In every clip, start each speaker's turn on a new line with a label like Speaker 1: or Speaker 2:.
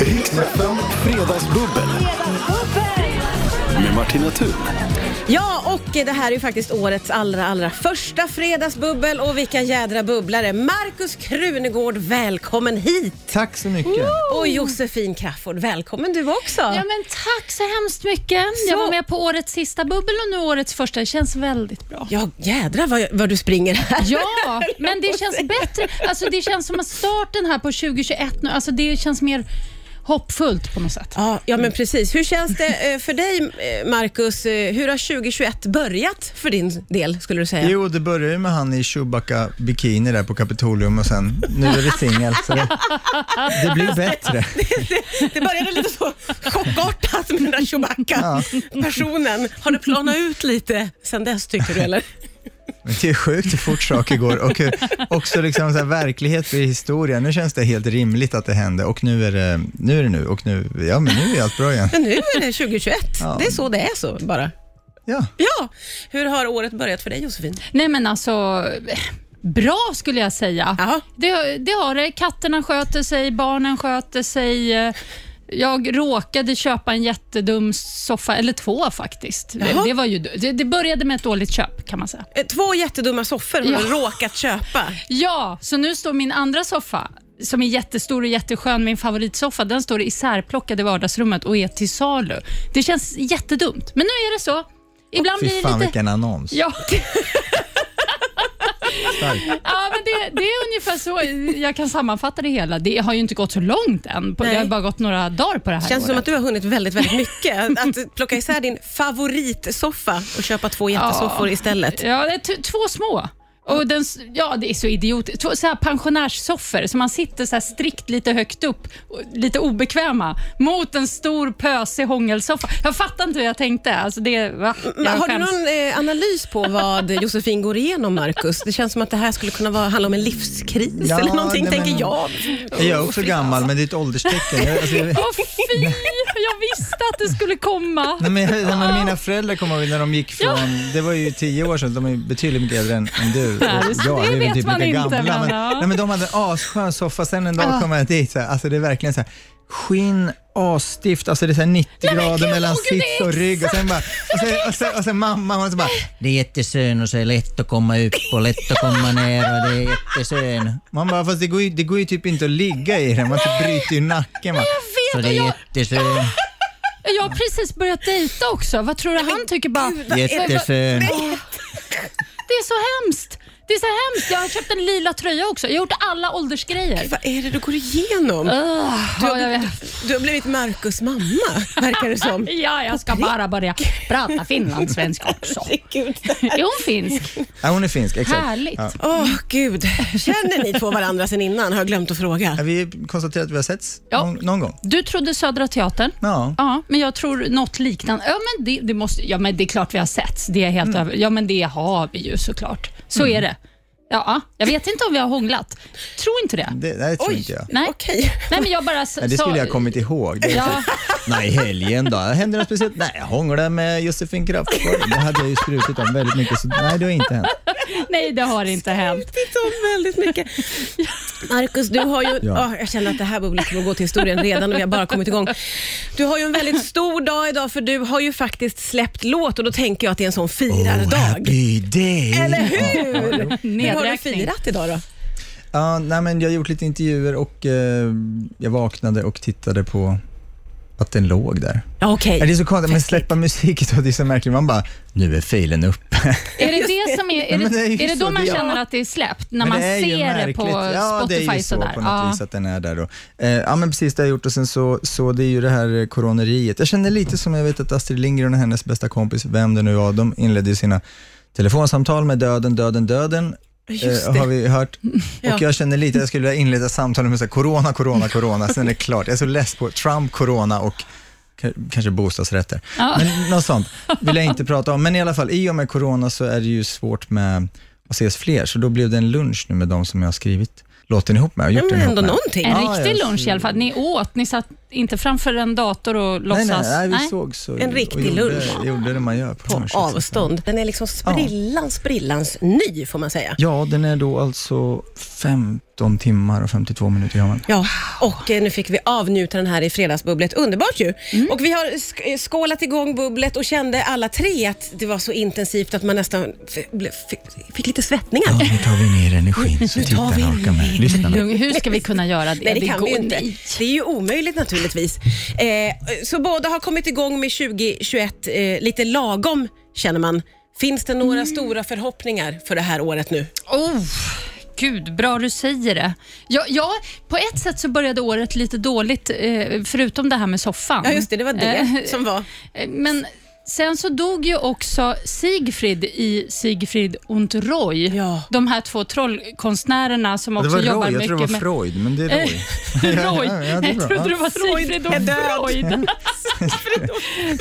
Speaker 1: Riksfem Fredagsbubbel med Martina Thun.
Speaker 2: Ja, och det här är ju faktiskt årets allra, allra första fredagsbubbel och vilka jädra bubblare. Markus Krunegård, välkommen hit!
Speaker 3: Tack så mycket.
Speaker 2: Och Josefin Crafoord, välkommen du också.
Speaker 4: Ja, men tack så hemskt mycket.
Speaker 2: Så-
Speaker 4: Jag var med på årets sista bubbel och nu årets första. Det känns väldigt bra.
Speaker 2: Ja, jädra vad, vad du springer här.
Speaker 4: Ja, men det känns bättre. Alltså, det känns som att starten här på 2021 nu, alltså, det känns mer hoppfullt på något sätt.
Speaker 2: Ja, ja, men precis. Hur känns det eh, för dig, eh, Markus? Eh, Hur har 2021 börjat för din del, skulle du säga?
Speaker 3: Jo, det började ju med han i Chewbacca bikini där på Kapitolium och sen nu är det singel så det, det blir bättre.
Speaker 2: Det började lite så chockartat med den där Chewbacca-personen. Har det planat ut lite sen dess, tycker du? Eller?
Speaker 3: Men det är sjukt hur fort saker går och hur, också liksom så här, verklighet blir historia. Nu känns det helt rimligt att det hände och nu är det nu, är det nu och nu, ja men nu är allt bra igen.
Speaker 2: Men nu är det 2021.
Speaker 3: Ja.
Speaker 2: Det är så det är så bara.
Speaker 3: Ja.
Speaker 2: Ja, hur har året börjat för dig Josefin?
Speaker 4: Nej, men alltså... eh, Bra skulle jag säga.
Speaker 2: Jaha.
Speaker 4: Det, det har det. Katterna sköter sig, barnen sköter sig. eh, Jag råkade köpa en jättedum soffa, eller två faktiskt.
Speaker 2: Jaha.
Speaker 4: Det, det, var ju, det, det började med ett dåligt köp kan man säga.
Speaker 2: Eh, Två jättedumma soffor har
Speaker 4: Ja.
Speaker 2: du råkat köpa.
Speaker 4: Ja, så nu står min andra soffa, som är jättestor och jätteskön, min favoritsoffa, den står isärplockad i vardagsrummet och är till salu. Det känns jättedumt, men nu är det så. Ibland
Speaker 3: Fy
Speaker 4: blir det
Speaker 3: fan
Speaker 4: lite...
Speaker 3: vilken annons.
Speaker 4: Ja,
Speaker 3: Stark.
Speaker 4: ja men det, det är ungefär så jag kan sammanfatta det hela. Det har ju inte gått så långt än. På, det har
Speaker 2: Nej.
Speaker 4: bara gått några dagar på det här
Speaker 2: Det känns
Speaker 4: året.
Speaker 2: som att du har hunnit väldigt, väldigt mycket. Att- Att plocka isär din favoritsoffa och köpa två jättesoffor
Speaker 4: Ja.
Speaker 2: istället.
Speaker 4: Ja, det är t- två små. Och den, s- ja, det är så idiotiskt. Två så här pensionärssoffor, så man sitter så här strikt lite högt upp, och lite obekväma, mot en stor pösig hångelsoffa. Jag fattar inte hur jag tänkte. Alltså det, va?
Speaker 2: Men
Speaker 4: Jag
Speaker 2: Har du
Speaker 4: skäms.
Speaker 2: någon eh, analys på vad Josefin går igenom, Markus? Det känns som att det här skulle kunna vara, handla om en livskris
Speaker 3: Ja,
Speaker 2: eller någonting,
Speaker 3: nej, men-
Speaker 2: tänker jag.
Speaker 3: Jag är också gammal men det är ett ålderstecken. Jag- Alltså, jag-
Speaker 4: Åh, fy! Jag visste att det skulle komma.
Speaker 3: Nej, men, nej, men mina föräldrar kommer jag ihåg när de gick från, det var ju tio år sedan, de är betydligt mycket äldre än, än du. Och
Speaker 4: Ja, det- det
Speaker 3: väl typ
Speaker 4: vet man
Speaker 3: lika
Speaker 4: inte, men ja.
Speaker 3: men, nej, men de hade en asskön soffa, sen en dag kom jag dit, så här, alltså det är verkligen så här, skinn, asstift, alltså det är så här 90 grader
Speaker 4: gud,
Speaker 3: mellan
Speaker 4: åh, gud, det
Speaker 3: sits
Speaker 4: är
Speaker 3: och rygg och sen bara, och sen, och sen, och sen mamma hon så bara, det är jättesön och så är det lätt att komma upp och lätt att komma ner och det är jättesön. Man bara, fast det går ju, det går ju typ inte att ligga i den, man typ bryter ju nacken. Bara,
Speaker 4: vet,
Speaker 3: så det
Speaker 4: och
Speaker 3: är
Speaker 4: jag-
Speaker 3: jättesön,
Speaker 4: Jag har precis börjat dejta också. Vad tror du han tycker? Bara,
Speaker 3: jättesön.
Speaker 4: det är så hemskt. Det är så hemskt. Jag har köpt en lila tröja också. Jag har gjort alla åldersgrejer.
Speaker 2: Vad är det du går igenom?
Speaker 4: Öh, ja, jag vet.
Speaker 2: Du har blivit Markus mamma, verkar det som.
Speaker 4: Ja, jag ska bara börja prata finlandssvenska också.
Speaker 2: Gud.
Speaker 4: Är hon finsk?
Speaker 3: Ja, hon är finsk, exakt.
Speaker 4: Härligt.
Speaker 3: Ja.
Speaker 2: Åh gud, känner ni två varandra sen innan? Har jag glömt att fråga.
Speaker 3: Ja, Vi konstaterar att vi har setts
Speaker 4: Ja.
Speaker 3: någon, någon gång.
Speaker 4: Du trodde Södra Teatern?
Speaker 3: Ja.
Speaker 4: Ja, men jag tror något liknande. Ja, men det, det, måste, ja, men det är klart vi har setts. Det är jag helt
Speaker 3: Mm.
Speaker 4: över. Ja, men det har vi ju såklart. Så är det. Ja, jag vet inte om vi har hånglat. Tror inte det.
Speaker 3: Det, nej, det tror inte jag.
Speaker 4: Nej.
Speaker 2: Okej.
Speaker 4: Nej, men jag bara s-
Speaker 3: Nej, det skulle jag ha kommit ihåg. Det är
Speaker 4: Ja.
Speaker 3: så- Nej, helgen då? Hände något speciellt? Nej, jag hånglade med Josefin Crafoord. Det hade jag ju skrutit om väldigt mycket, så nej, det har inte hänt.
Speaker 4: Nej, det har inte hänt.
Speaker 2: Titta om väldigt mycket. Marcus, du har ju...
Speaker 3: Ja.
Speaker 2: Åh, jag känner att det här bubblet kommer gå till historien redan och vi har bara kommit igång. Du har ju en väldigt stor dag idag för du har ju faktiskt släppt låt och då tänker jag att det är en sån firardag.
Speaker 3: Oh, day!
Speaker 2: Eller hur? Hur har du
Speaker 4: Nedräkning.
Speaker 2: firat idag då?
Speaker 3: Ja, nej, men jag har gjort lite intervjuer och eh, jag vaknade och tittade på att den låg där.
Speaker 2: Ja, okej.
Speaker 3: Ja, Det är så konstigt, men släppa musik idag, det är så märkligt. Man bara, nu är filen uppe.
Speaker 4: Är det det som är... Är
Speaker 3: Men det är ju
Speaker 4: det, är det
Speaker 3: så
Speaker 4: då man
Speaker 3: det-
Speaker 4: känner att det är släppt? När
Speaker 3: Men
Speaker 4: man
Speaker 3: det är ju
Speaker 4: ser det på
Speaker 3: märkligt. ja,
Speaker 4: Spotify?
Speaker 3: det är ju så
Speaker 4: sådär.
Speaker 3: på något
Speaker 4: Ja.
Speaker 3: vis att den är där då. Eh, ja men precis, det har jag gjort och sen så, så det är ju det här eh, coroneriet. Jag känner lite som jag vet att Astrid Lindgren och hennes bästa kompis, vem det nu var, de inledde ju sina telefonsamtal med döden, döden, döden.
Speaker 2: Just
Speaker 3: Eh,
Speaker 2: det.
Speaker 3: har vi hört.
Speaker 2: Ja.
Speaker 3: Och jag känner lite att jag skulle vilja inleda samtalen med så här, corona, corona, corona, sen är det klart. Jag är så less på Trump, corona och k- kanske bostadsrätter. Men något sånt vill jag inte prata om. Men i alla fall, i och med corona så är det ju svårt med att ses fler, så då blev det en lunch nu med de som jag har skrivit låten ihop med och
Speaker 2: Ja,
Speaker 3: gjort
Speaker 2: men
Speaker 3: den ihop
Speaker 2: ändå
Speaker 3: med.
Speaker 2: någonting.
Speaker 4: En
Speaker 3: Ja,
Speaker 4: riktig
Speaker 3: jag
Speaker 4: lunch i alla fall. Ni åt, ni satt inte framför en dator och
Speaker 3: Nej,
Speaker 4: låtsas.
Speaker 3: nej, nej, vi såg så
Speaker 2: En riktig
Speaker 3: och gjorde,
Speaker 2: lunch.
Speaker 3: gjorde det man gör på,
Speaker 2: på
Speaker 3: lunch, liksom.
Speaker 2: avstånd. Den är liksom sprillans, sprillans ny får man säga.
Speaker 3: Ja, den är då alltså 15 timmar och 52 minuter gammal.
Speaker 2: Ja, och eh, nu fick vi avnjuta den här i fredagsbubblet. Underbart ju!
Speaker 4: Mm.
Speaker 2: Och vi har sk- eh, skålat igång bubblet och kände alla tre att det var så intensivt att man nästan f- ble- f- fick lite svettningar.
Speaker 3: nu tar vi ner energin så
Speaker 2: tar vi
Speaker 3: orkar med. Lyssnarna.
Speaker 4: Lugn, hur ska vi kunna göra det?
Speaker 2: Nej, det kan vi ju
Speaker 4: går-
Speaker 2: inte.
Speaker 4: nej.
Speaker 2: Det är ju omöjligt naturligtvis. Eh, så båda har kommit igång med 2021 eh, lite lagom känner man. Finns det
Speaker 4: Mm.
Speaker 2: några stora förhoppningar för det här året nu?
Speaker 4: Oh, gud, bra du säger det. Ja, ja, på ett sätt så började året lite dåligt, eh, förutom det här med soffan.
Speaker 2: Ja, just det. Det var det
Speaker 4: Eh,
Speaker 2: som var.
Speaker 4: eh, Men sen så dog ju också Sigfrid i Sigfrid und Roy.
Speaker 2: Ja.
Speaker 4: De här två trollkonstnärerna som
Speaker 3: Det
Speaker 4: också
Speaker 3: var
Speaker 4: jobbar
Speaker 3: Roy, jag
Speaker 4: mycket
Speaker 3: tror det var
Speaker 4: med...
Speaker 3: Freud, men det är Roy.
Speaker 4: Roy.
Speaker 3: Ja, ja, det är
Speaker 4: jag
Speaker 3: bra.
Speaker 4: trodde det var
Speaker 2: Freud
Speaker 4: Sigfrid
Speaker 2: är
Speaker 4: och
Speaker 2: död.
Speaker 4: Freud.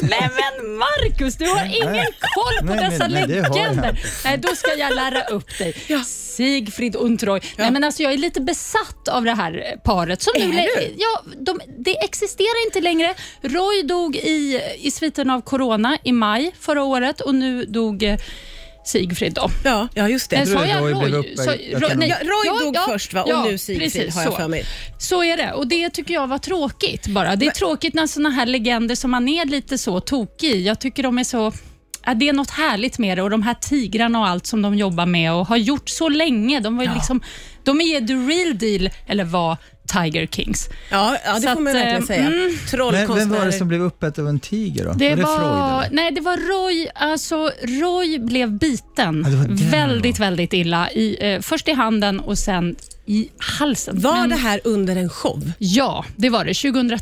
Speaker 4: Nej men Marcus, du har ingen koll på
Speaker 3: Nej, men-
Speaker 4: dessa
Speaker 3: nej, det har jag.
Speaker 4: legender. Nej, då ska jag lära upp dig. Sigfrid und Roy. Nej, men alltså, jag är lite besatt av det här paret. Som nu,
Speaker 2: du?
Speaker 4: Ja, de, det existerar inte längre. Roy dog i, i sviten av corona i maj förra året och nu dog eh, Sigfrid. Då.
Speaker 2: Ja, ja just det.
Speaker 4: Eh, sa
Speaker 3: att
Speaker 4: jag
Speaker 3: Roy
Speaker 4: Roy?
Speaker 3: blev uppäten.
Speaker 4: Sa-
Speaker 3: Jag kan-
Speaker 4: nej,
Speaker 2: Ja, Roy dog först, va? Och nu Sigfrid, har jag
Speaker 4: så.
Speaker 2: för mig.
Speaker 4: Så är det och det tycker jag var tråkigt bara. Det är tråkigt när såna här legender som man är lite så tokig i. Jag tycker de är så... Ja, det är något härligt med det och de här tigrarna och allt som de jobbar med och har gjort så länge. De, var ju liksom, de är the real deal, eller var, Tiger Kings.
Speaker 2: Ja, ja det
Speaker 4: Så
Speaker 2: får man
Speaker 4: att,
Speaker 2: verkligen
Speaker 4: eh,
Speaker 2: säga.
Speaker 4: mm.
Speaker 3: Men vem var
Speaker 2: Trollkonstnärer.
Speaker 3: det som blev uppäten av en tiger då?
Speaker 4: Det
Speaker 3: var det
Speaker 4: var,
Speaker 3: Freud?
Speaker 4: nej, det var Roy. Alltså, Roy blev biten
Speaker 3: Ja, det var den,
Speaker 4: väldigt, väldigt illa. I, eh, först i handen och sen i halsen.
Speaker 2: Var
Speaker 4: Men-
Speaker 2: det här under en show?
Speaker 4: Ja, det var det. 2003.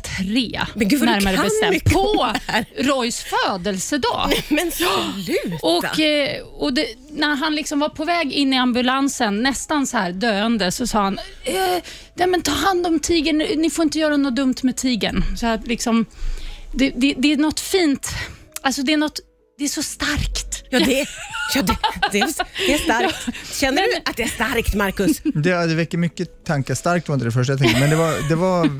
Speaker 2: Men gud, vad du kan mycket om
Speaker 4: På
Speaker 2: det här.
Speaker 4: Roys födelsedag.
Speaker 2: Men sluta!
Speaker 4: Och, eh, och det, när han liksom var på väg in i ambulansen, nästan så här döende, så sa han eh, nej, men ta hand om tigern, ni får inte göra något dumt med tigern. Så att liksom, det, det, det är något fint, alltså det är något, det är så starkt.
Speaker 2: ja, det, ja, det, det, är- det är starkt. Känner du att det är starkt, Markus?
Speaker 3: Det, det väcker mycket tankar. Starkt var inte det första jag tänkte, men det var... Det var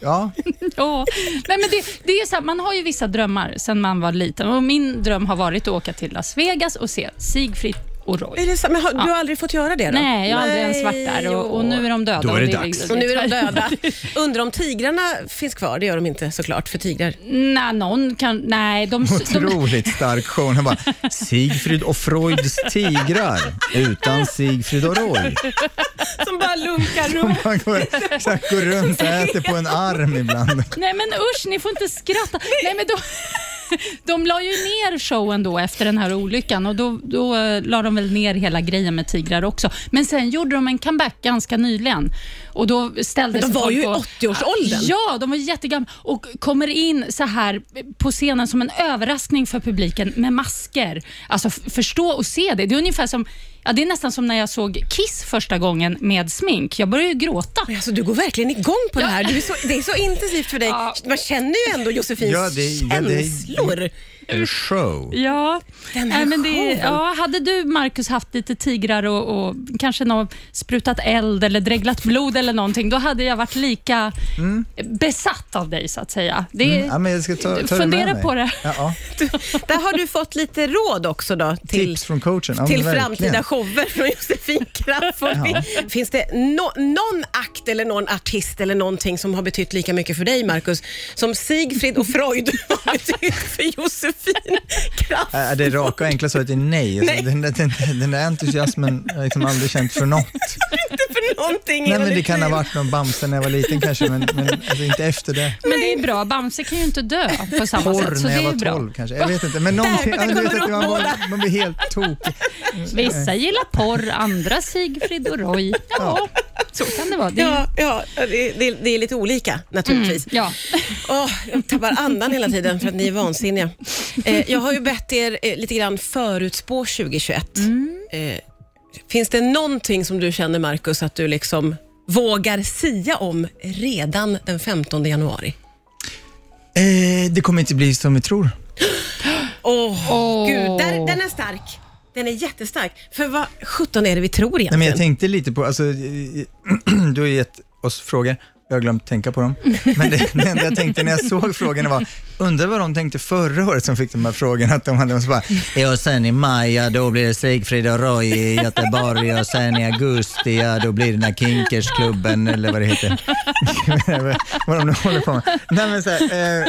Speaker 3: ja.
Speaker 4: Ja. Nej, men det, det är så här, man har ju vissa drömmar sen man var liten och min dröm har varit att åka till Las Vegas och se Sigfrid och
Speaker 2: Är
Speaker 4: Roy.
Speaker 2: det så, men har, Du har aldrig fått göra det? Då?
Speaker 4: Nej, jag har aldrig ens varit där och, och nu är de döda.
Speaker 3: Då är det
Speaker 4: och
Speaker 3: dags.
Speaker 4: liksom-
Speaker 2: Och nu är de döda. Undrar om tigrarna finns kvar? Det gör de inte såklart, för tigrar.
Speaker 4: Nej, någon kan... Nej, de... de
Speaker 3: Otroligt stark show. Han bara, Sigfrid och Freuds tigrar utan Sigfrid och Roy.
Speaker 2: Som bara lunkar runt.
Speaker 3: Man går, så här, går runt och äter på en arm ibland.
Speaker 4: nej, men usch, ni får inte skratta. nej, men de, de la ju ner showen då efter den här olyckan och då, då eh, la de väl ner hela grejen med tigrar också. Men sen gjorde de en comeback ganska nyligen och då ställde
Speaker 2: Men de
Speaker 4: sig
Speaker 2: var
Speaker 4: folk
Speaker 2: ju i
Speaker 4: och-
Speaker 2: 80-årsåldern.
Speaker 4: Ja, de var jättegamla och kommer in så här på scenen som en överraskning för publiken med masker. Alltså f- förstå och se det. Det är ungefär som Ja, det är nästan som när jag såg Kiss första gången med smink. Jag började ju gråta.
Speaker 2: Alltså, du går verkligen igång på det här. Du är så, det är så intensivt för dig.
Speaker 4: Ja.
Speaker 2: Man känner ju ändå Josefins
Speaker 3: Ja, det- ja, det-
Speaker 2: känslor.
Speaker 3: En show.
Speaker 4: Ja.
Speaker 2: Den här
Speaker 4: Nej, men det,
Speaker 2: showen.
Speaker 4: ja, hade du, Markus, haft lite tigrar och, och kanske någon sprutat eld eller dreglat blod eller någonting, då hade jag varit lika besatt av dig, så att säga. Det,
Speaker 3: Mm. Ja, men jag ska ta, ta det med
Speaker 4: fundera
Speaker 3: mig.
Speaker 4: på det.
Speaker 3: Ja, ja.
Speaker 2: Där har du fått lite råd också då till,
Speaker 3: Tips från coachen. Ja,
Speaker 2: till
Speaker 3: men verkligen.
Speaker 2: framtida shower från Josefin Crafoord. Finns det no, någon akt eller någon artist eller någonting som har betytt lika mycket för dig Markus som Sigfrid och Freud har betytt för Josefin Crafoord?
Speaker 3: Äh, Det raka och enkla svaret är nej. Alltså,
Speaker 2: Nej.
Speaker 3: Den, där- den, där- den där entusiasmen har jag liksom aldrig känt för något.
Speaker 2: Inte för någonting i
Speaker 3: Nej, men
Speaker 2: hela
Speaker 3: det
Speaker 2: ditt
Speaker 3: kan ha
Speaker 2: liv.
Speaker 3: varit någon Bamse när jag var liten kanske, men, men alltså, inte efter det.
Speaker 4: Men det är bra, Bamse kan ju inte dö på samma sätt,
Speaker 3: Porr
Speaker 4: Alltså, så
Speaker 3: när jag
Speaker 4: det är
Speaker 3: var
Speaker 4: ju bra.
Speaker 3: 12 kanske. Jag vet inte, men någonting. Ja, du vet att man, var- man blir helt tokig.
Speaker 4: Vissa gillar porr, andra Sigfrid och Roy. Ja, så kan det vara. Det,
Speaker 2: Ja, ja det, det, det är lite olika naturligtvis.
Speaker 4: ja.
Speaker 2: Åh, jag tappar andan hela tiden för att ni är vansinniga. Eh, jag har ju bett er eh, lite grann förutspå 2021.
Speaker 4: Mm.
Speaker 2: Eh, finns det någonting som du känner, Markus, att du liksom vågar sia om redan den 15 januari?
Speaker 3: Eh, det kommer inte bli som vi tror.
Speaker 2: Åh,
Speaker 4: Åh.
Speaker 2: gud. Där, den är stark. Den är jättestark. För vad 17 är det vi tror
Speaker 3: Nej,
Speaker 2: egentligen?
Speaker 3: men jag tänkte lite på, alltså, eh, du har gett oss frågor. Jag har glömt tänka på dem. Men det, det enda jag tänkte när jag såg frågorna var, undrar vad de tänkte förra året som fick de här frågorna. Att de hade så bara, ja sen i maj, ja, då blir det Sigfrid och Roy i Göteborg och sen i augusti, ja, då blir det den här Kinkersklubben eller vad det heter. vad de nu håller på med. Nej, men så här, eh,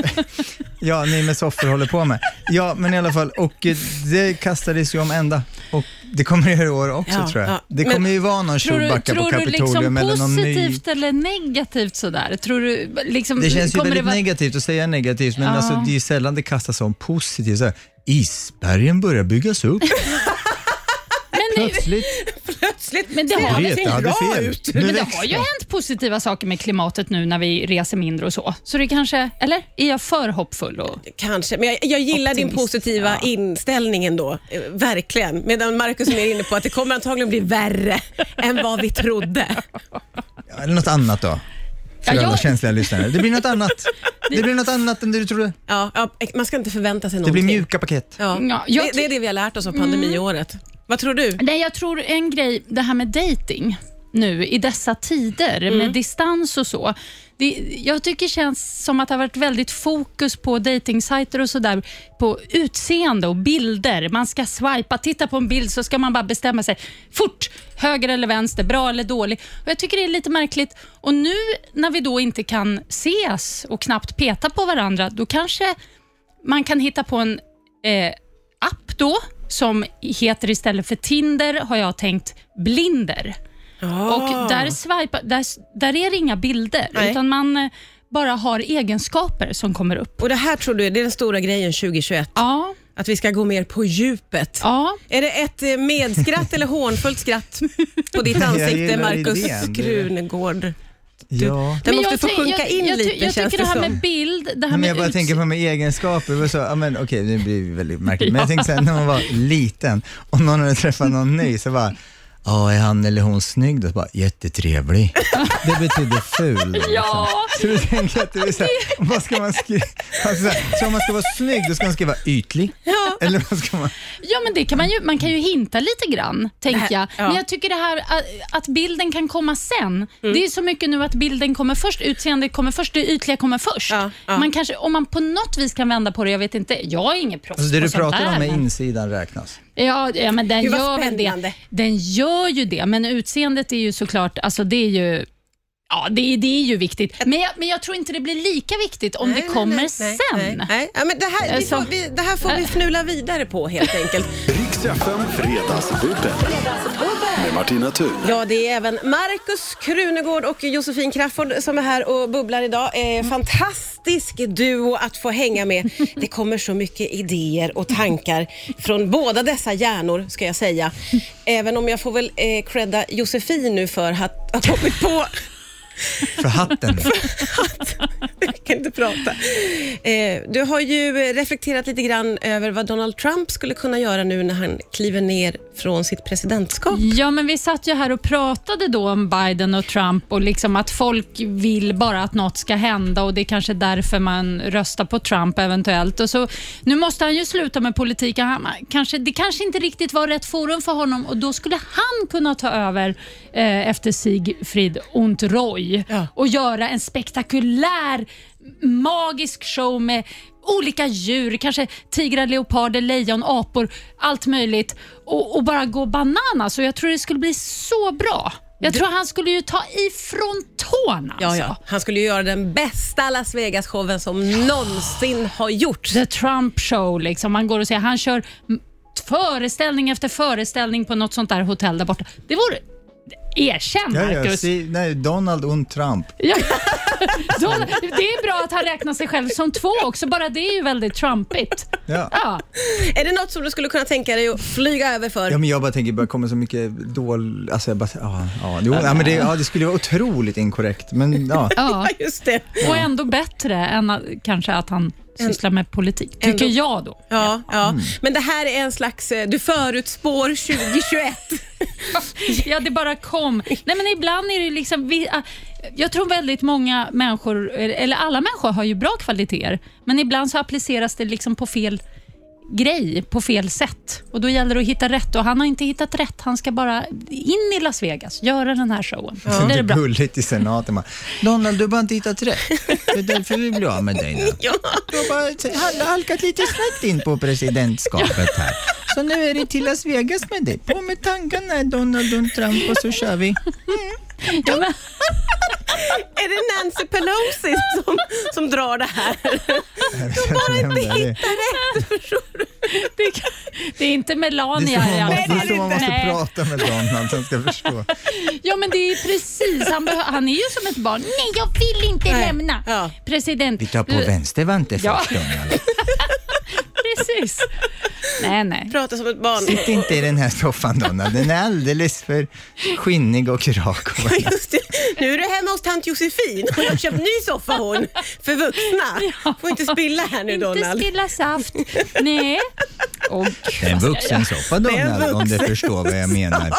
Speaker 3: ja, ni med soffor håller på med. Ja, men i alla fall, och eh, det kastades ju om ända. Och det kommer det göra i år också
Speaker 2: Ja,
Speaker 3: tror jag.
Speaker 2: ja.
Speaker 3: Det
Speaker 2: Men
Speaker 3: kommer ju vara någon
Speaker 4: Tror du,
Speaker 3: Chewbacca på
Speaker 4: tror du liksom
Speaker 3: Kapitolium eller någon ny.
Speaker 4: positivt eller negativt sådär? Tror du, liksom,
Speaker 3: Det känns ju
Speaker 4: kommer
Speaker 3: väldigt
Speaker 4: vara-
Speaker 3: negativt att säga negativt, men
Speaker 4: Ja.
Speaker 3: alltså, det är ju sällan det kastas om positivt. Så här, isbergen börjar byggas upp.
Speaker 4: Men, det-
Speaker 3: Plötsligt,
Speaker 2: Plötsligt
Speaker 4: men det har
Speaker 3: Greta hade fel. Nu
Speaker 4: Men det
Speaker 3: växer
Speaker 4: har ju
Speaker 3: de.
Speaker 4: hänt positiva saker med klimatet nu när vi reser mindre och så. Så det kanske, eller? Är jag för hoppfull? Och,
Speaker 2: Kanske, men jag, jag gillar din
Speaker 4: Optimist,
Speaker 2: positiva
Speaker 4: ja.
Speaker 2: inställning ändå. Eh, Verkligen. Medan Markus är mer inne på att det kommer antagligen bli värre än vad vi trodde.
Speaker 3: eller något annat då. För
Speaker 4: Ja, jag-
Speaker 3: alla känsliga lyssnare. Det blir något annat. Det blir något annat än det du trodde.
Speaker 2: Ja, ja, man ska inte förvänta sig
Speaker 3: Det blir
Speaker 2: någonting.
Speaker 3: mjuka paket.
Speaker 2: Ja.
Speaker 4: Ja, jag Mm.
Speaker 2: det, det är det vi har lärt oss av pandemiåret. Vad tror du?
Speaker 4: nej, jag tror en grej, det här med dating nu i dessa tider med distans och så. Det, jag tycker känns som att det har varit väldigt fokus på dejtingsajter och sådär på utseende och bilder. Man ska swipa, titta på en bild så ska man bara bestämma sig fort, höger eller vänster, bra eller dålig. Och jag tycker det är lite märkligt. Och nu när vi då inte kan ses och knappt peta på varandra, då kanske man kan hitta på en eh, app då som heter istället för Tinder, har jag tänkt, Blinder. Och där, swipa, där, där är det inga bilder,
Speaker 2: Ah. Nej.
Speaker 4: utan man eh, bara har egenskaper som kommer upp.
Speaker 2: Och Det här tror du är det är den stora grejen 2021,
Speaker 4: Ja,
Speaker 2: att vi ska gå mer på djupet.
Speaker 4: ja.
Speaker 2: Är det ett eh, medskratt eller hånfullt skratt på ditt
Speaker 3: Jag
Speaker 2: ansikte,
Speaker 3: gillar
Speaker 2: Markus
Speaker 3: idén. Det är-
Speaker 2: Krunegård? Du,
Speaker 3: Ja.
Speaker 2: Den
Speaker 4: Men
Speaker 2: måste
Speaker 4: jag
Speaker 2: få
Speaker 4: tänk-
Speaker 2: sjunka
Speaker 4: jag,
Speaker 2: in
Speaker 4: jag, ty-
Speaker 2: lite
Speaker 4: Jag
Speaker 2: känns
Speaker 4: tycker det
Speaker 2: som.
Speaker 4: här med bild, det här
Speaker 3: Men
Speaker 4: med
Speaker 3: jag bara
Speaker 4: utse-
Speaker 3: tänker på mina egenskaper. Och så, ja, men, okej, nu blir det väldigt märkligt, men jag tänker så här, när man var liten och någon hade träffat någon ny så bara, ja är han eller hon snygg då? Så bara, jättetrevlig. Det betyder ful. då, Liksom.
Speaker 4: Ja.
Speaker 3: Så du tänker att det är så här, vad ska man skriva? Alltså, så, här, så om man ska vara snygg, då ska man skriva ytlig? Eller vad ska man?
Speaker 4: Ja, men det kan man, ju, man kan ju hinta lite grann, tänker jag.
Speaker 2: ja. Mm.
Speaker 4: Men jag tycker det här att- att bilden kan komma sen. Det är så mycket nu att bilden kommer först, utseendet kommer först, det ytliga kommer först.
Speaker 2: Ja, ja.
Speaker 4: Man kanske, om man på något vis kan vända på det, jag vet inte. Jag är ingen proffs
Speaker 3: Alltså, det
Speaker 4: på
Speaker 3: du
Speaker 4: sånt
Speaker 3: pratar
Speaker 4: där.
Speaker 3: om är insidan räknas.
Speaker 4: Ja, ja men den
Speaker 2: Gud, vad
Speaker 4: gör väl
Speaker 2: spännande.
Speaker 4: det. Den gör ju det, men utseendet är ju såklart, alltså det är ju Ja, det, är- det är ju viktigt, men jag, men jag tror inte det blir lika viktigt om det kommer sen.
Speaker 2: Nej, nej. Ja, men det, här, vi
Speaker 4: Alltså-
Speaker 2: får, vi, det här får vi fnula vidare på helt enkelt.
Speaker 1: Riks FM Fredagsbubbel. Med Martina Thun.
Speaker 2: Ja, det är även Markus Krunegård och Josefin Crafoord som är här och bubblar idag. Eh, fantastisk duo att få hänga med. Det kommer så mycket idéer och tankar från båda dessa hjärnor, ska jag säga. Även om jag får väl eh, credda Josefin nu för att ha kommit på
Speaker 3: För hatten.
Speaker 2: jag kan inte prata. Eh, du har ju eh, reflekterat lite grann över vad Donald Trump skulle kunna göra nu när han kliver ner från sitt presidentskap.
Speaker 4: Ja, men vi satt ju här och pratade då om Biden och Trump och liksom att folk vill bara att något ska hända och det är kanske därför man röstar på Trump eventuellt. Och så, nu måste han ju sluta med politiken. Han, kanske, det kanske inte riktigt var rätt forum för honom och då skulle han kunna ta över eh, efter Sigfrid und Roy
Speaker 2: Ja.
Speaker 4: och göra en spektakulär, magisk show med olika djur, kanske tigrar, leoparder, lejon, apor, allt möjligt och, och bara gå bananas. Och jag tror det skulle bli så bra. Jag tror han skulle ju ta ifrån tårna.
Speaker 2: Ja,
Speaker 4: alltså.
Speaker 2: ja. ah, Han skulle ju göra den bästa Las Vegas-showen som någonsin har gjorts.
Speaker 4: The Trump show, liksom. man går och ser, han kör m- föreställning efter föreställning på något sånt där hotell där borta. Det vore... Erkänn,
Speaker 3: Ja, ja,
Speaker 4: Marcus.
Speaker 3: si, nej, Donald und Trump.
Speaker 4: Ja. Då, det är bra att han räknar sig själv som två också, bara det är ju väldigt trumpigt.
Speaker 3: Ja.
Speaker 4: Ja.
Speaker 2: Är det något som du skulle kunna tänka dig att flyga över för?
Speaker 3: Ja, men jag bara tänker, det börjar komma så mycket dålig... Alltså jag bara, ja, ja, jo, ja, men det, ja, det skulle vara otroligt inkorrekt, men ja.
Speaker 4: Ja.
Speaker 2: Just det.
Speaker 4: Och ändå bättre än att, kanske att han sysslar med politik, tycker
Speaker 2: ändå-
Speaker 4: jag då.
Speaker 2: Ja, ja. Men det här är en slags, eh, du förutspår 2021.
Speaker 4: Ja, det bara kom. Nej, men ibland är det ju liksom... Vi, ah, jag tror väldigt många människor, eller alla människor har ju bra kvaliteter, men ibland så appliceras det liksom på fel grej på fel sätt. Och Då gäller det att hitta rätt och han har inte hittat rätt. Han ska bara in i Las Vegas, göra den här showen.
Speaker 3: Ja.
Speaker 4: Så blir det bra.
Speaker 3: gulligt i senaten. Man, Donald, du har bara inte hittat rätt. Det är därför vi blir av med dig nu. Du har bara hal- halkat lite snett in på presidentskapet här. Så nu är det till Las Vegas med dig. På med tankarna Donald och Trump och så kör vi.
Speaker 4: Ja, men,
Speaker 2: Är det Nancy Pelosi som, som drar det här?
Speaker 3: Bara inte hitta
Speaker 4: det, det är inte
Speaker 3: Det
Speaker 4: Melania i
Speaker 3: är
Speaker 4: alla
Speaker 3: så man måste,
Speaker 4: fall.
Speaker 3: så man måste
Speaker 4: Nej.
Speaker 3: prata med Donald, han ska förstå.
Speaker 4: Ja, men det är precis. Han, behö- han är ju som ett barn. Nej, jag vill inte
Speaker 2: Nej.
Speaker 4: lämna.
Speaker 2: Ja.
Speaker 4: President.
Speaker 3: Vi tar på
Speaker 4: Du-
Speaker 3: vänstervante
Speaker 4: Mm. Ja.
Speaker 3: först Donald.
Speaker 4: Precis. Nej, nej.
Speaker 2: Pratar som ett barn.
Speaker 3: Sitt inte i den här soffan Donald, den är alldeles för skinnig och rak.
Speaker 2: Just det. Nu är du hemma hos tant Josefin. Hon har köpt ny soffa hon, för vuxna. Får inte spilla här nu
Speaker 4: Inte
Speaker 2: Donald.
Speaker 4: spilla saft. Nej. Och,
Speaker 3: Det är en vuxensoffa Donald, om du
Speaker 2: vuxen
Speaker 3: förstår vad jag menar.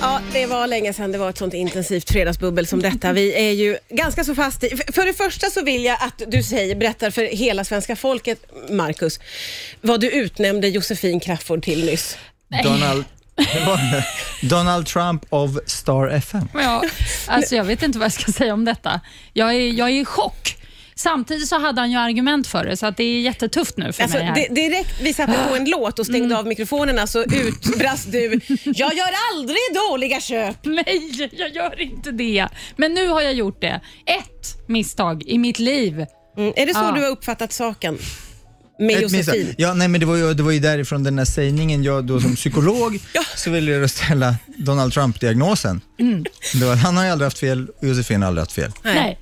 Speaker 2: Ja, det var länge sedan det var ett sånt intensivt fredagsbubbel som detta. Vi är ju ganska så fast i. För det första så vill jag att du säger, berättar för hela svenska folket, Markus, vad du utnämnde Josefin Crafoord till nyss.
Speaker 3: Donald, Donald Trump of Star FM.
Speaker 4: Ja, alltså jag vet inte vad jag ska säga om detta. Jag är, jag är i chock. Samtidigt så hade han ju argument för det, så att det är jättetufft nu för
Speaker 2: Alltså,
Speaker 4: mig. Här. Mm.
Speaker 2: di- direkt vi satte på en låt och stängde av mikrofonerna så utbrast du “Jag gör aldrig dåliga köp”.
Speaker 4: Nej, jag gör inte det. Men nu har jag gjort det. Ett misstag i mitt liv.
Speaker 2: Mm. Är det så
Speaker 4: Ja.
Speaker 2: du har uppfattat saken med
Speaker 3: Ett
Speaker 2: Josefin?
Speaker 3: misstag. Ja, nej, men det, var ju, det var ju därifrån den här sägningen, jag då som psykolog så ville jag då ställa Donald Trump-diagnosen.
Speaker 4: Mm.
Speaker 3: Det var, han har ju aldrig haft fel och Josefin har aldrig haft fel.
Speaker 4: Nej.
Speaker 2: Nej.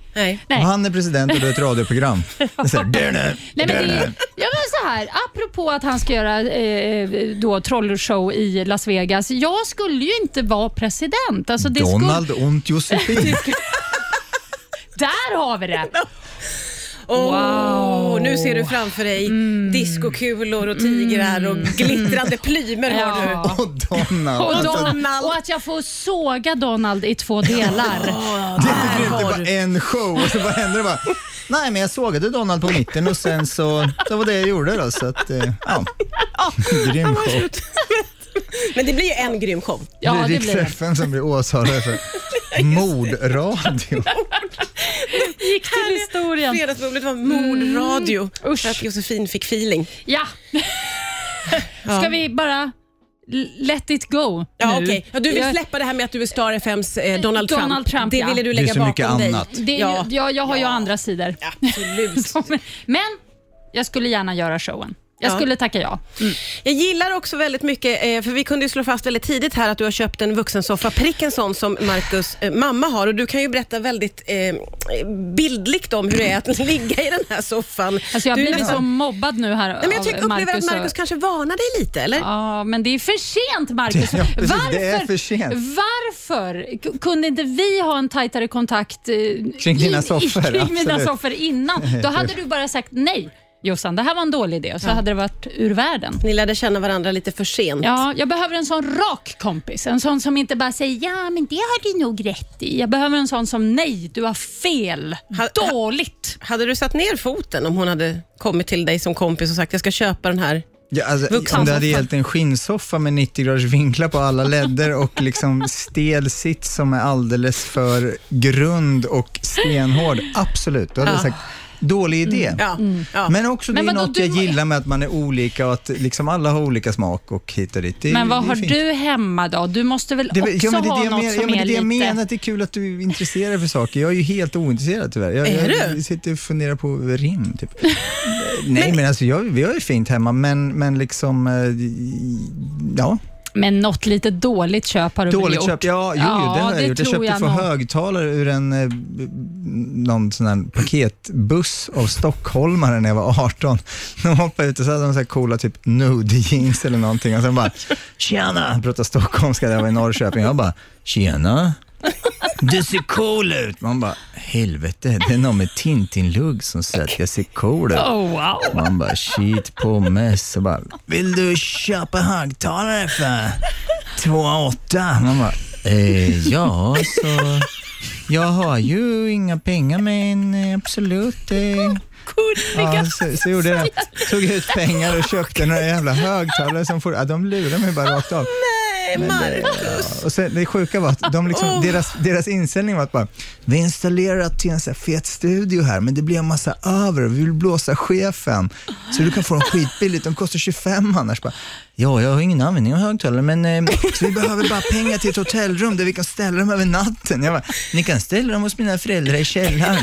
Speaker 4: Nej.
Speaker 3: Och han är president och det är ett radioprogram. Det säger, "Där nu,
Speaker 4: Nej, men
Speaker 3: där
Speaker 4: det,
Speaker 3: nu."
Speaker 4: ja, men så här, apropå att han ska göra eh, då trollershow i Las Vegas. Jag skulle ju inte vara president. Alltså, det skulle-
Speaker 3: Donald ont Josefin.
Speaker 4: Där har vi det!
Speaker 2: Åh,
Speaker 4: Wow. Mm.
Speaker 2: Nu ser du framför dig diskokulor och tigrar och glittrande plymer har du.
Speaker 4: Ja.
Speaker 3: Och Donald.
Speaker 4: Och,
Speaker 3: Alltså,
Speaker 4: Donald. och att jag får såga Donald i två delar.
Speaker 3: det är
Speaker 2: har
Speaker 3: inte bara
Speaker 2: du.
Speaker 3: en show och så bara händer det bara. Nej, men jag sågade Donald på mitten och sen så, det var det jag gjorde då. Så att, eh, ja. Grym show.
Speaker 2: Men det blir ju en grym show.
Speaker 4: Ja,
Speaker 3: det
Speaker 4: det
Speaker 3: är
Speaker 4: blir
Speaker 3: Riks
Speaker 4: det.
Speaker 3: FN som blir åtalad för mordradio.
Speaker 4: Gick till historien.
Speaker 2: Fredagsbubblet var mordradio
Speaker 4: Mm. Usch.
Speaker 2: för att Josefin fick feeling.
Speaker 4: Ja. Ska vi bara l- let it go
Speaker 2: Ja,
Speaker 4: nu?
Speaker 2: okej. ja, du vill
Speaker 4: Jag-
Speaker 2: släppa det här med att du är Star FMs eh, Donald,
Speaker 4: Donald Trump,
Speaker 2: Det
Speaker 4: ja.
Speaker 2: ville du
Speaker 3: Det är
Speaker 2: lägga
Speaker 3: så mycket
Speaker 2: bakom dig.
Speaker 3: annat.
Speaker 4: Det är
Speaker 2: ja.
Speaker 4: ju, jag, jag har ju andra sidor.
Speaker 2: Absolut.
Speaker 4: Som- Men jag skulle gärna göra showen. Jag
Speaker 2: Ja.
Speaker 4: skulle tacka ja.
Speaker 2: Jag gillar också väldigt mycket, eh, för vi kunde ju slå fast väldigt tidigt här att du har köpt en vuxensoffa, prick en sån som Marcus eh, mamma har och du kan ju berätta väldigt eh, bildligt om hur det är att ligga i den här soffan.
Speaker 4: Alltså jag har
Speaker 2: du är
Speaker 4: blivit
Speaker 2: nästan-
Speaker 4: så mobbad nu här
Speaker 2: Nej, men jag
Speaker 4: av
Speaker 2: tycker, upplever
Speaker 4: Marcus
Speaker 2: att
Speaker 4: och-
Speaker 2: Marcus kanske varnar dig lite, eller?
Speaker 4: Ja, men det är för sent, Marcus.
Speaker 3: Ja, precis. Det är för sent.
Speaker 4: Varför k- kunde inte vi ha en tajtare kontakt eh,
Speaker 3: Kring dina soffor,
Speaker 4: kring mina
Speaker 3: absolut.
Speaker 4: soffor innan? Då hade du bara sagt nej. Jossan, det här var en dålig idé och så hade det varit ur världen.
Speaker 2: Ni lärde känna varandra lite för sent.
Speaker 4: Ja, jag behöver en sån rak kompis. En sån som inte bara säger ja, men det har du nog rätt i. Jag behöver en sån som nej, du har fel.
Speaker 2: Ha-
Speaker 4: Dåligt.
Speaker 2: Hade du satt ner foten om hon hade kommit till dig som kompis och sagt jag ska köpa den här?
Speaker 3: Ja, alltså,
Speaker 2: Vuxensoffa.
Speaker 3: om det hade gällt en skinnsoffa med 90 graders vinklar på alla ledder och liksom stel sitt som är alldeles för grund och stenhård, absolut. Då hade jag sagt, dålig idé.
Speaker 2: Mm, Ja. Ja.
Speaker 3: Mm. Men också det
Speaker 4: Men
Speaker 3: är
Speaker 4: vadå,
Speaker 3: något
Speaker 4: du
Speaker 3: jag
Speaker 4: må-
Speaker 3: gillar med att man är olika och att liksom alla har olika smak och hit och dit. Det, är-
Speaker 4: Men vad
Speaker 3: det är
Speaker 4: har
Speaker 3: fint.
Speaker 4: du hemma då? Du måste väl
Speaker 3: Det, är
Speaker 4: också
Speaker 3: väl- ja, men det är
Speaker 4: ha
Speaker 3: det jag
Speaker 4: något
Speaker 3: menar, ja,
Speaker 4: som
Speaker 3: men det
Speaker 4: är
Speaker 3: är det jag
Speaker 4: lite...
Speaker 3: menar, att det är kul att du är intresserad för saker. Jag är ju helt ointresserad tyvärr. Jag,
Speaker 2: Är
Speaker 3: jag
Speaker 2: du?
Speaker 3: sitter och funderar på rim, typ. Nej, men alltså jag, vi har ju fint hemma, men, men liksom, eh, ja.
Speaker 4: Men något lite dåligt köp har du väl
Speaker 3: Dåligt
Speaker 4: gjort?
Speaker 3: köp, ja, jo,
Speaker 4: Ja,
Speaker 3: det har jag
Speaker 4: det
Speaker 3: gjort. Jag
Speaker 4: tror
Speaker 3: köpte
Speaker 4: jag
Speaker 3: för
Speaker 4: nog.
Speaker 3: högtalare ur en, eh, någon sån här paketbuss av stockholmare när jag var 18. De hoppade ut och så hade de så här coola typ nude jeans eller någonting och sen bara, tjena, pratar stockholmska, det var i Norrköping. Jag bara, tjena. Du ser cool ut! Man bara, helvete, det är någon med Tintin-lugg som säger att jag ser cool ut.
Speaker 4: Oh, wow.
Speaker 3: Man bara shit på mig. Så bara, vill du köpa högtalare för 2 800? Man bara, eh, ja så jag har ju inga pengar men eh, absolut. Eh, ja, så, så gjorde jag. Tog ut pengar och köpte några jävla högtalare som for, ja, de lurade mig bara rakt av.
Speaker 2: Nej, Marcus.
Speaker 3: Och sen, det sjuka var att de liksom, deras, deras inställning var att bara, vi har installerat till en så här fet studio här, men det blir en massa över och vi vill blåsa chefen, så du kan få dem skitbilligt. De kostar 25 annars. Bara, ja, jag har ingen användning av högtalare, men eh, så vi behöver bara pengar till ett hotellrum där vi kan ställa dem över natten. Jag bara, ni kan ställa dem hos mina föräldrar i källaren.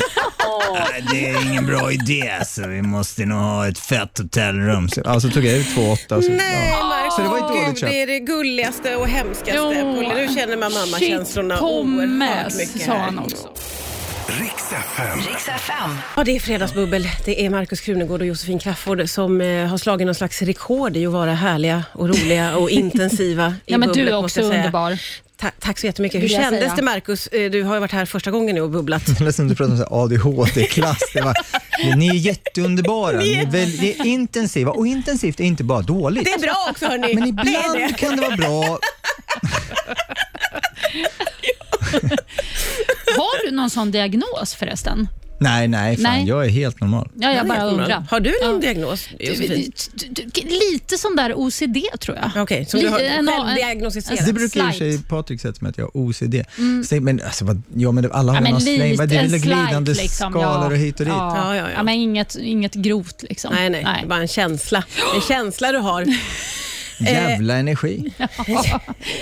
Speaker 3: Nej, det är ingen bra idé, så vi måste nog ha ett fett hotellrum. Så, ja, så tog jag ut två åtta. och Så,
Speaker 2: Nej,
Speaker 3: ja.
Speaker 2: Marcus.
Speaker 3: Så det var ett dåligt
Speaker 2: Gud,
Speaker 3: köp.
Speaker 2: det är det gulligaste och hemskaste.
Speaker 4: Jo.
Speaker 2: Polly, Nu känner man mammakänslorna oerhört
Speaker 4: Pommes,
Speaker 2: mycket.
Speaker 4: sa han
Speaker 2: Här.
Speaker 4: också.
Speaker 1: Riks FM.
Speaker 5: Riks FM.
Speaker 2: Ja, det är fredagsbubbel. Det är Markus Krunegård och Josefin Crafoord som eh, har slagit någon slags rekord i att vara härliga och roliga och intensiva i
Speaker 4: Ja, men du
Speaker 2: bubblet,
Speaker 4: är
Speaker 2: måste
Speaker 4: också
Speaker 2: jag säga.
Speaker 4: underbar.
Speaker 2: Ta- tack så jättemycket. Hur
Speaker 4: Vill jag
Speaker 2: kändes
Speaker 4: säga.
Speaker 2: det Markus? Eh, Du har ju varit här första gången nu och bubblat.
Speaker 3: Det lät som du pratade om så här ADHD-klass. Det var, ni är jätteunderbara, ni är, väl, ni är intensiva och intensivt är inte bara dåligt.
Speaker 2: Det är bra också hörni.
Speaker 3: Men
Speaker 2: Det är det.
Speaker 3: ibland kan det vara bra.
Speaker 4: Har du någon sån diagnos förresten?
Speaker 3: Nej, nej, fan,
Speaker 4: Nej.
Speaker 3: jag är helt normal.
Speaker 4: Ja, jag bara undrar.
Speaker 2: Har du någon
Speaker 4: Ja.
Speaker 2: diagnos Josefin?
Speaker 4: Du- du- du- Lite sån där OCD tror jag.
Speaker 2: Okej, som du har
Speaker 4: Lite- en- en-
Speaker 2: självdiagnostiserat.
Speaker 4: Alltså-
Speaker 3: Det brukar i och för sig
Speaker 4: Slight. Mm.
Speaker 3: Patrik säga till mig att jag har OCD. Så, men alltså, vad, ja, men det- alla har
Speaker 4: Ja,
Speaker 3: väl
Speaker 4: men
Speaker 3: någon släng, vad, det är
Speaker 4: en
Speaker 3: väl glidande
Speaker 4: slight, liksom.
Speaker 3: skalor och hit och dit.
Speaker 4: Ja,
Speaker 2: Ja,
Speaker 4: ja,
Speaker 2: ja, ja.
Speaker 4: men inget, inget grovt liksom.
Speaker 2: Nej, nej, Det är bara en känsla. En känsla du har.
Speaker 3: Jävla energi.
Speaker 4: Nej,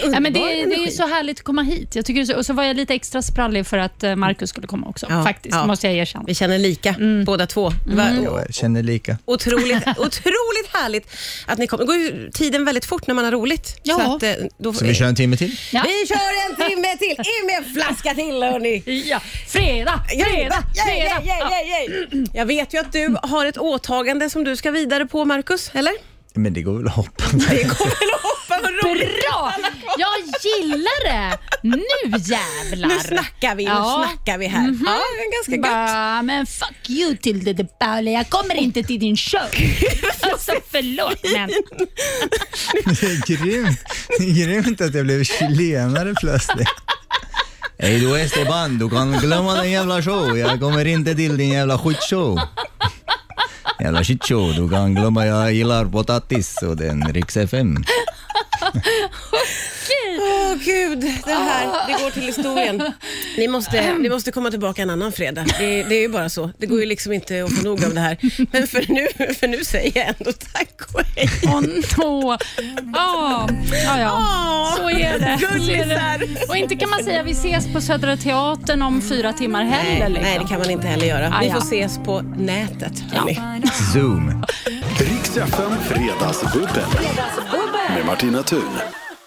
Speaker 4: men det,
Speaker 2: Underbar
Speaker 4: det är ju
Speaker 2: energi.
Speaker 4: så härligt att komma hit. Jag tycker det är så, och så var jag lite extra sprallig för att eh, Markus skulle komma också.
Speaker 2: Ja,
Speaker 4: Faktiskt,
Speaker 2: ja.
Speaker 4: måste jag erkänna.
Speaker 2: Vi känner lika
Speaker 4: Mm.
Speaker 2: båda två. Det var
Speaker 3: Jag känner lika.
Speaker 2: otroligt, otroligt härligt att ni kom. Det går ju tiden väldigt fort när man har roligt.
Speaker 4: Ja.
Speaker 2: Så, att, eh, då,
Speaker 3: Så vi kör en timme till?
Speaker 4: Ja.
Speaker 2: Vi kör en timme till! In med en flaska till hörni!
Speaker 4: Ja, fredag, fredag,
Speaker 2: Yay,
Speaker 4: fredag.
Speaker 2: yay, yay, yay, yay. Jag vet ju att du har ett åtagande som du ska vidare på, Marcus. Eller?
Speaker 3: Men det går väl att hoppa.
Speaker 2: Hoppa, vad
Speaker 4: Ja.
Speaker 2: roligt!
Speaker 4: Bra! Jag gillar det! Nu jävlar!
Speaker 2: Nu snackar vi, nu
Speaker 4: Ja. Mhm.
Speaker 2: snackar vi här. Ja, det är ganska gött.
Speaker 4: Bara, men fuck you Tilde de Paula, jag kommer inte till din show. alltså förlåt men.
Speaker 3: Det är grymt. Det är grymt att jag blev chilenare plötsligt. Hej du Esteban, du kan glömma din jävla show. Jag kommer inte till din jävla skitshow. Jävla shitshow, du kan glömma jag gillar potatis och den Rix FM.
Speaker 2: Åh gud, det
Speaker 4: Ah.
Speaker 2: här det går till historien. Ni måste, ni måste komma tillbaka en annan fredag. Det, det är ju bara så. Det går ju liksom inte att få nog av det här. Men för nu, för nu säger jag ändå tack och hej.
Speaker 4: Åh no. Ja, ja,
Speaker 2: Ah.
Speaker 4: ja.
Speaker 2: Åh,
Speaker 4: Så är det. Så är det.
Speaker 2: gullisar.
Speaker 4: Och inte kan man säga vi ses på Södra Teatern om fyra timmar heller. Liksom.
Speaker 2: Nej, det kan man inte heller göra. Vi
Speaker 4: Ah, ja.
Speaker 2: får ses på nätet. hörni.
Speaker 3: Zoom.
Speaker 1: Riks FM Fredagsbubbel. Med Martina Thun.